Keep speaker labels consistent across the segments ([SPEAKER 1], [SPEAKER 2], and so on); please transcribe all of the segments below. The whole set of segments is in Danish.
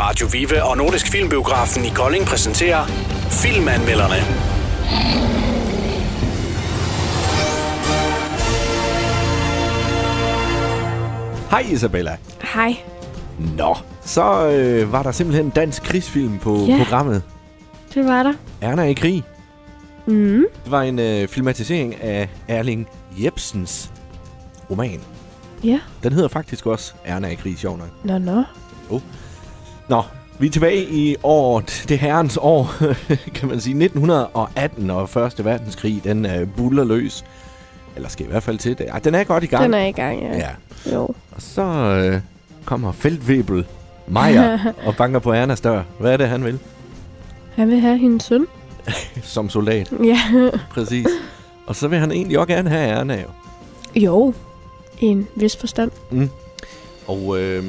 [SPEAKER 1] Radio Vive og Nordisk Filmbiografen i Kolding præsenterer Filmanmelderne.
[SPEAKER 2] Hej Isabella.
[SPEAKER 3] Hej.
[SPEAKER 2] Nå, så øh, var der simpelthen en dansk krigsfilm på
[SPEAKER 3] Ja.
[SPEAKER 2] programmet.
[SPEAKER 3] Det var der.
[SPEAKER 2] Erna i krig.
[SPEAKER 3] Mm.
[SPEAKER 2] Det var en øh, filmatisering af Erling Jebsens roman.
[SPEAKER 3] Ja.
[SPEAKER 2] Den hedder faktisk også Erna i krig, sjov nok.
[SPEAKER 3] Nå, nå.
[SPEAKER 2] Nå, vi er tilbage i året, det herrens år, kan man sige, 1918, og Første Verdenskrig, den øh, buller løs. Eller skal i hvert fald til det. Ej, den er godt i gang.
[SPEAKER 3] Den er i gang, Ah. ja.
[SPEAKER 2] Ja.
[SPEAKER 3] Jo.
[SPEAKER 2] Og så øh, kommer Feltwebel Meier og banker på Ernas dør. Hvad er det, han vil?
[SPEAKER 3] Han vil have hendes søn.
[SPEAKER 2] Som soldat,
[SPEAKER 3] Ja.
[SPEAKER 2] præcis. Og så vil han egentlig også gerne have Erna jo.
[SPEAKER 3] Jo. I en vis forstand.
[SPEAKER 2] Og øh,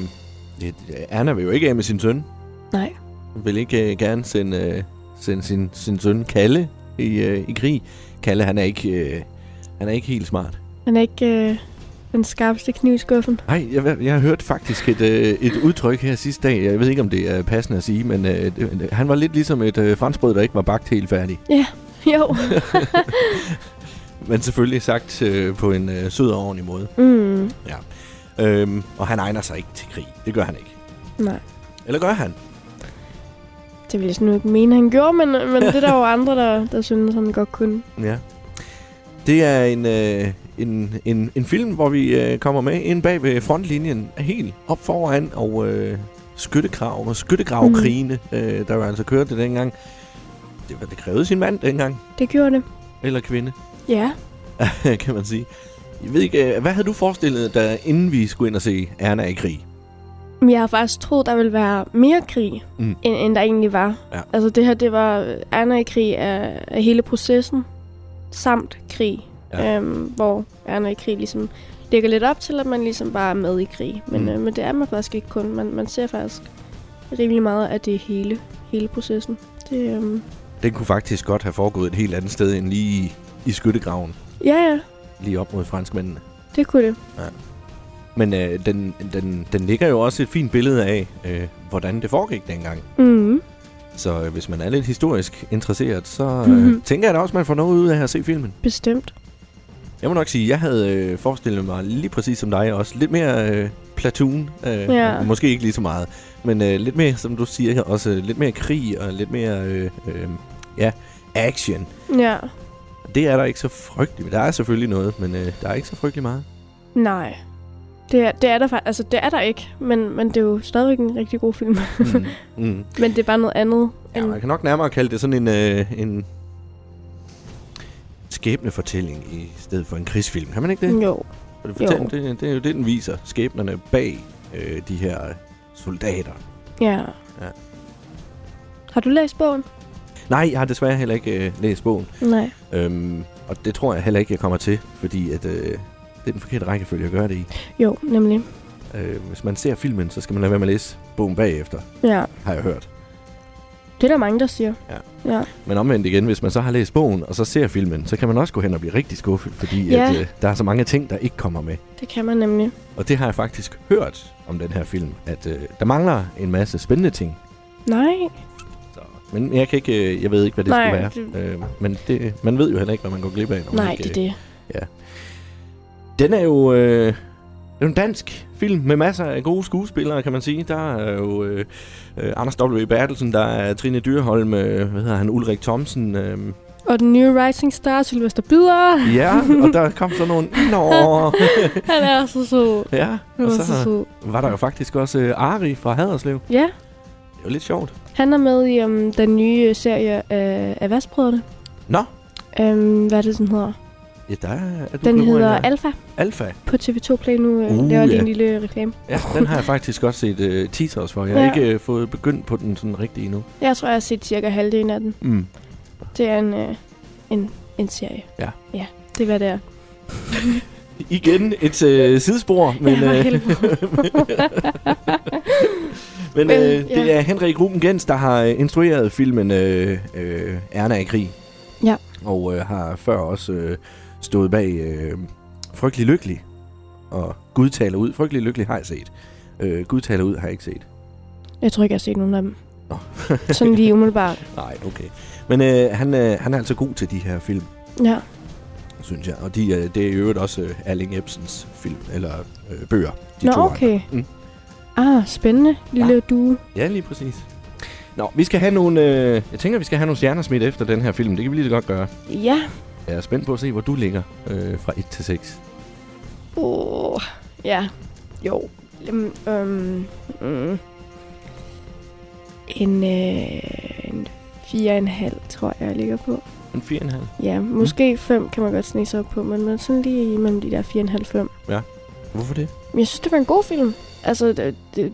[SPEAKER 2] det, Erna vil jo ikke af med sin søn.
[SPEAKER 3] Nej.
[SPEAKER 2] Hun vil ikke øh, gerne sende, øh, sende sin, sin søn Kalle i, øh, i krig. Kalle, han er ikke, øh, han er ikke helt smart.
[SPEAKER 3] Han er ikke øh, den skarpeste kniv i skuffen.
[SPEAKER 2] Nej, jeg, jeg hørte faktisk et, øh, et udtryk her sidste dag. Jeg ved ikke, om det er passende at sige, men øh, det, han var lidt ligesom et øh, franskbrød, der ikke var bagt helt færdig.
[SPEAKER 3] Jo.
[SPEAKER 2] Men selvfølgelig sagt øh, på en øh, sød og ordentlig måde.
[SPEAKER 3] Mm.
[SPEAKER 2] Øhm, og han egner sig ikke til krig. Det gør han ikke.
[SPEAKER 3] Nej.
[SPEAKER 2] Eller gør han?
[SPEAKER 3] Det ville jeg sådan nu ikke mene, han gjorde, men, men det er der jo andre, der, der synes, han godt kunne.
[SPEAKER 2] Ja. Det er en, øh, en, en, en film, hvor vi øh, kommer med ind bag ved frontlinjen, helt op foran, og øh, skyttegrav og skyttegravkrigene, mm. øh, der jo altså kørte dengang. Det, var- det krævede sin mand dengang,
[SPEAKER 3] Det gjorde det.
[SPEAKER 2] eller kvinde,
[SPEAKER 3] Ja.
[SPEAKER 2] kan man sige. Jeg ved ikke, øh, hvad havde du forestillet dig, inden vi skulle ind og se Erna i krig?
[SPEAKER 3] Men jeg har faktisk troet, der ville være mere krig,
[SPEAKER 2] Mm.
[SPEAKER 3] mm. end, end der egentlig var.
[SPEAKER 2] Ja.
[SPEAKER 3] Altså det her, det var Erna i krig af, af hele processen, samt krig.
[SPEAKER 2] Ja.
[SPEAKER 3] Ja. Øhm, hvor Erna i krig ligesom ligger lidt op til, at man ligesom bare er med i krig. Men,
[SPEAKER 2] Mm.
[SPEAKER 3] mm. øh, men det er man faktisk ikke kun. Man, man ser faktisk rimelig meget af det hele, hele processen. Det, øhm,
[SPEAKER 2] Den kunne faktisk godt have foregået et helt andet sted end lige i, i skyttegraven,
[SPEAKER 3] ja, ja,
[SPEAKER 2] lige op mod franskmændene.
[SPEAKER 3] det kunne det.
[SPEAKER 2] Men øh, den, den, den ligger jo også et fint billede af, øh, hvordan det foregik dengang.
[SPEAKER 3] Mm.
[SPEAKER 2] Så øh, hvis man er lidt historisk interesseret, så øh, mm-hmm.
[SPEAKER 3] Mhm.
[SPEAKER 2] tænker jeg da også, man får noget ud af at se filmen.
[SPEAKER 3] Bestemt.
[SPEAKER 2] Jeg må nok sige, jeg havde øh, forestillet mig lige præcis som dig også. Lidt mere øh, platoon. Øh,
[SPEAKER 3] Ja.
[SPEAKER 2] Måske ikke lige så meget. Men øh, lidt mere, som du siger her, også øh, lidt mere krig og lidt mere øh, øh, ja, action.
[SPEAKER 3] Ja.
[SPEAKER 2] Det er der ikke så frygteligt. Der er selvfølgelig noget, men øh, der er ikke så frygtelig meget.
[SPEAKER 3] Nej. Det er, det er der faktisk, altså det er der ikke, men, men det er jo stadigvæk en rigtig god film.
[SPEAKER 2] Mm. mm.
[SPEAKER 3] Men det er bare noget andet.
[SPEAKER 2] Ja,
[SPEAKER 3] end-
[SPEAKER 2] man kan nok nærmere kalde det sådan en, øh, en skæbnefortælling i stedet for en krigsfilm. Kan man ikke det?
[SPEAKER 3] Jo.
[SPEAKER 2] For det, fortæller,
[SPEAKER 3] Jo.
[SPEAKER 2] det, det er jo det, den viser. Skæbnerne bag øh, de her øh, soldater.
[SPEAKER 3] Ja.
[SPEAKER 2] Ja.
[SPEAKER 3] Har du læst bogen?
[SPEAKER 2] Nej, jeg har desværre heller ikke øh, læst bogen.
[SPEAKER 3] Nej.
[SPEAKER 2] Øhm, og det tror jeg heller ikke, jeg kommer til, fordi at, øh, det er den forkerte rækkefølge at gøre det i.
[SPEAKER 3] Jo, nemlig.
[SPEAKER 2] Øh, hvis man ser filmen, så skal man lade være med at læse bogen bagefter,
[SPEAKER 3] Ja.
[SPEAKER 2] har jeg hørt.
[SPEAKER 3] Det er der mange, der siger.
[SPEAKER 2] Ja.
[SPEAKER 3] Ja.
[SPEAKER 2] Men omvendt igen, hvis man så har læst bogen, og så ser filmen, så kan man også gå hen og blive rigtig skuffet, fordi
[SPEAKER 3] Ja.
[SPEAKER 2] at, øh, der er så mange ting, der ikke kommer med.
[SPEAKER 3] Det kan man nemlig.
[SPEAKER 2] Og det har jeg faktisk hørt om den her film, at øh, der mangler en masse spændende ting,
[SPEAKER 3] Nej.
[SPEAKER 2] Så. Men jeg kan ikke, øh, jeg ved ikke, hvad det
[SPEAKER 3] Nej,
[SPEAKER 2] skulle være. Øh, men det, man ved jo heller ikke, hvad man går glip af. Når man
[SPEAKER 3] Nej,
[SPEAKER 2] ikke,
[SPEAKER 3] det er
[SPEAKER 2] øh,
[SPEAKER 3] det.
[SPEAKER 2] Den er jo øh, det er jo en dansk film med masser af gode skuespillere, kan man sige. Der er jo øh, øh, Anders W. Bertelsen, der er Trine Dyrholm, øh, hvad hedder han, Ulrik Thomsen. Øh,
[SPEAKER 3] Og den nye Rising Star, Sylvester Bider.
[SPEAKER 2] ja, og der kom så nogle... Nå,
[SPEAKER 3] Han er så sød.
[SPEAKER 2] ja.
[SPEAKER 3] Han
[SPEAKER 2] Og
[SPEAKER 3] er så
[SPEAKER 2] så
[SPEAKER 3] sød.
[SPEAKER 2] var der jo faktisk også øh, Ari fra Haderslev.
[SPEAKER 3] Ja.
[SPEAKER 2] Det var lidt sjovt.
[SPEAKER 3] Han er med i um, den nye serie øh, af Vasbrødrene.
[SPEAKER 2] Nå.
[SPEAKER 3] Um, hvad er det, den hedder?
[SPEAKER 2] Ja, der er, er du
[SPEAKER 3] Den
[SPEAKER 2] blevet,
[SPEAKER 3] hedder
[SPEAKER 2] øh,
[SPEAKER 3] Alpha
[SPEAKER 2] Alfa.
[SPEAKER 3] på TV2 Play nu. Øh,
[SPEAKER 2] Uh,
[SPEAKER 3] laver lige
[SPEAKER 2] ja.
[SPEAKER 3] en lille reklame.
[SPEAKER 2] Ja, den har jeg faktisk også set øh, teasers for. Jeg har
[SPEAKER 3] Ja.
[SPEAKER 2] ikke øh, fået begyndt på den sådan rigtig endnu.
[SPEAKER 3] Jeg tror, jeg har set cirka halvdelen af den.
[SPEAKER 2] Mm.
[SPEAKER 3] Det er en, øh, en, en serie.
[SPEAKER 2] Ja.
[SPEAKER 3] Ja, det er, hvad det er.
[SPEAKER 2] Igen et øh, sidespor, men,
[SPEAKER 3] ja,
[SPEAKER 2] øh,
[SPEAKER 3] helvede.
[SPEAKER 2] men
[SPEAKER 3] Men,
[SPEAKER 2] øh, det
[SPEAKER 3] ja.
[SPEAKER 2] er Henrik Ruben Gens, der har øh, instrueret filmen øh, øh, Erna i krig.
[SPEAKER 3] Ja.
[SPEAKER 2] Og øh, har før også øh, stået bag øh, Frygtelig Lykkelig og Gud taler ud. Frygtelig Lykkelig har jeg set. Øh, Gud taler ud har jeg ikke set.
[SPEAKER 3] Jeg tror ikke, jeg har set nogen af dem.
[SPEAKER 2] Nå.
[SPEAKER 3] Sådan lige umiddelbart.
[SPEAKER 2] Nej, okay. Men øh, han, øh, han er altså god til de her film,
[SPEAKER 3] Ja,
[SPEAKER 2] synes jeg. Og de, øh, det er i øvrigt også øh, Erling Ebsens film, eller øh, bøger. De
[SPEAKER 3] nå
[SPEAKER 2] to andre.
[SPEAKER 3] okay.
[SPEAKER 2] Mm.
[SPEAKER 3] Ah, spændende. Lille ja. due.
[SPEAKER 2] Ja, lige præcis. Nå, vi skal have nogle... Øh, jeg tænker, vi skal have nogle stjerner smidt efter den her film. Det kan vi lige så godt gøre.
[SPEAKER 3] Ja.
[SPEAKER 2] Jeg er spændt på at se, hvor du ligger øh, fra 1 til 6.
[SPEAKER 3] Uh, ja. Jo. Um, um, mm. En, øh, en fire og en halv, tror jeg, jeg ligger på.
[SPEAKER 2] En 4,5.
[SPEAKER 3] Ja, måske 5 kan man godt snige sig op på, men man er sådan lige imellem de der 4,5-5.
[SPEAKER 2] Hvorfor det?
[SPEAKER 3] Men jeg synes, det var en god film. Altså, det, det,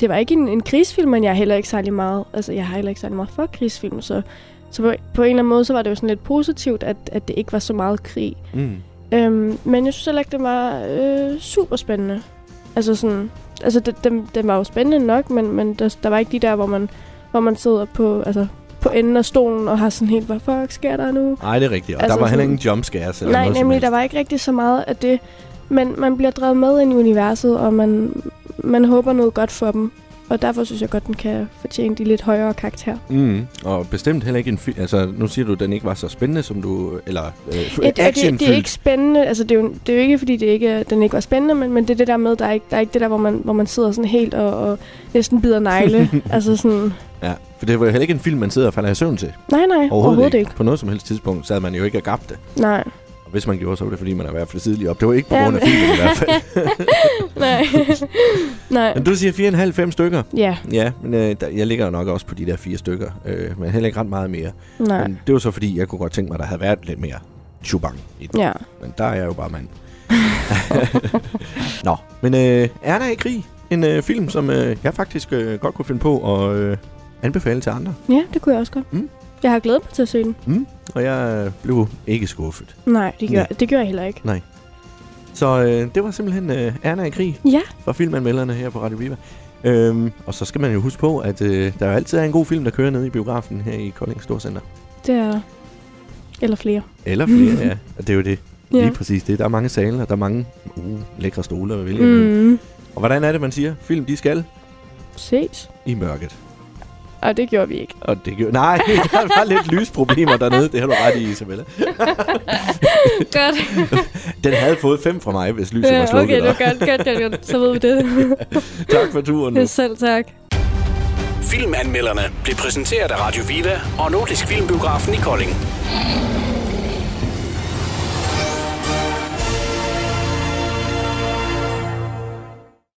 [SPEAKER 3] det var ikke en, en krigsfilm, men jeg er heller ikke særlig meget... Altså, jeg har heller ikke særlig meget for krigsfilm, så... Så på, på en eller anden måde, så var det jo sådan lidt positivt, at, at det ikke var så meget krig.
[SPEAKER 2] Mm.
[SPEAKER 3] Øhm, men jeg synes heller ikke, det var øh, super spændende. Altså sådan... Altså, det, den, den var jo spændende nok, men, men der, der var ikke de der, hvor man, hvor man sidder på, altså, på enden af stolen og har sådan helt, hvad fuck sker der nu?
[SPEAKER 2] Nej, det er rigtigt. Og altså,
[SPEAKER 3] Altså
[SPEAKER 2] der var heller
[SPEAKER 3] sådan-
[SPEAKER 2] ingen jumpscares eller
[SPEAKER 3] Nej,
[SPEAKER 2] noget
[SPEAKER 3] nemlig, der
[SPEAKER 2] som
[SPEAKER 3] var ikke rigtig så meget af det. Men man bliver drevet med ind i universet, og man, man håber noget godt for dem. Og derfor synes jeg godt, den kan fortjene de lidt højere karakter.
[SPEAKER 2] helst. Mm. Og bestemt heller ikke en film... Altså, nu siger du, at den ikke var så spændende, som du... Eller øh,
[SPEAKER 3] Ja, det, det, det, er
[SPEAKER 2] actionfyldt.
[SPEAKER 3] ikke spændende. Altså, det, er jo, det er jo ikke, fordi det ikke, er- den ikke var spændende, men, men det er det der med, der er ikke, der er ikke det der, hvor man, hvor man sidder sådan helt og, og næsten bider negle. altså sådan,
[SPEAKER 2] Ja, for det var jo heller ikke en film, man sidder og falder i søvn til.
[SPEAKER 3] nej, nej, overhovedet, overhovedet ikke.
[SPEAKER 2] På noget som helst tidspunkt sad man jo ikke og gabte.
[SPEAKER 3] ikke. Nej.
[SPEAKER 2] Og hvis man gjorde, så var det fordi, man er i hvert fald tidligt op. Det var ikke på
[SPEAKER 3] Ja,
[SPEAKER 2] grund af
[SPEAKER 3] men-
[SPEAKER 2] filmen i hvert fald.
[SPEAKER 3] nej. nej.
[SPEAKER 2] Men du siger 4,5-5 stykker.
[SPEAKER 3] Ja,
[SPEAKER 2] Ja, men øh, der, jeg ligger jo nok også på de der fire stykker. Øh, men heller ikke ret meget mere.
[SPEAKER 3] nej.
[SPEAKER 2] Men det var så fordi, jeg kunne godt tænke mig, at der havde været lidt mere chubang i den.
[SPEAKER 3] Ja.
[SPEAKER 2] Men der er jeg jo bare mand. Nå, men øh, er der i krig? En øh, film, som øh, jeg faktisk øh, godt kunne finde på at øh, anbefale til andre.
[SPEAKER 3] ja, det kunne jeg også godt.
[SPEAKER 2] Mm.
[SPEAKER 3] Jeg har glædet mig til at se den.
[SPEAKER 2] Og jeg øh, blev ikke skuffet.
[SPEAKER 3] Nej, det gør, det gør jeg heller ikke.
[SPEAKER 2] Så øh, det var simpelthen øh, Erna i krig
[SPEAKER 3] Ja.
[SPEAKER 2] fra filmanmelderne her på Radio Viva. Øhm, og så skal man jo huske på, at øh, der jo altid er en god film, der kører nede i biografen her i Kolding Storcenter.
[SPEAKER 3] Det er der. Eller flere.
[SPEAKER 2] Eller flere, ja. Og det er jo det.
[SPEAKER 3] Ja.
[SPEAKER 2] Lige præcis det. Der er mange saler, der er mange uh, lækre stole og vælge. Mm.
[SPEAKER 3] Mm.
[SPEAKER 2] Og hvordan er det, man siger? Film, de skal
[SPEAKER 3] Ses.
[SPEAKER 2] i mørket.
[SPEAKER 3] Og det gjorde vi ikke.
[SPEAKER 2] Og det gjorde... Nej, der var lidt lysproblemer dernede. Det har du ret i, Isabella.
[SPEAKER 3] Godt.
[SPEAKER 2] Den havde fået fem fra mig, hvis lyset var slukket.
[SPEAKER 3] okay, det
[SPEAKER 2] der.
[SPEAKER 3] var godt, godt, godt, godt. Så ved vi det.
[SPEAKER 2] Tak for turen.
[SPEAKER 3] Ja, Selv tak.
[SPEAKER 1] Filmanmelderne blev præsenteret af Radio Vive og Nordisk Filmbiografen i Kolding.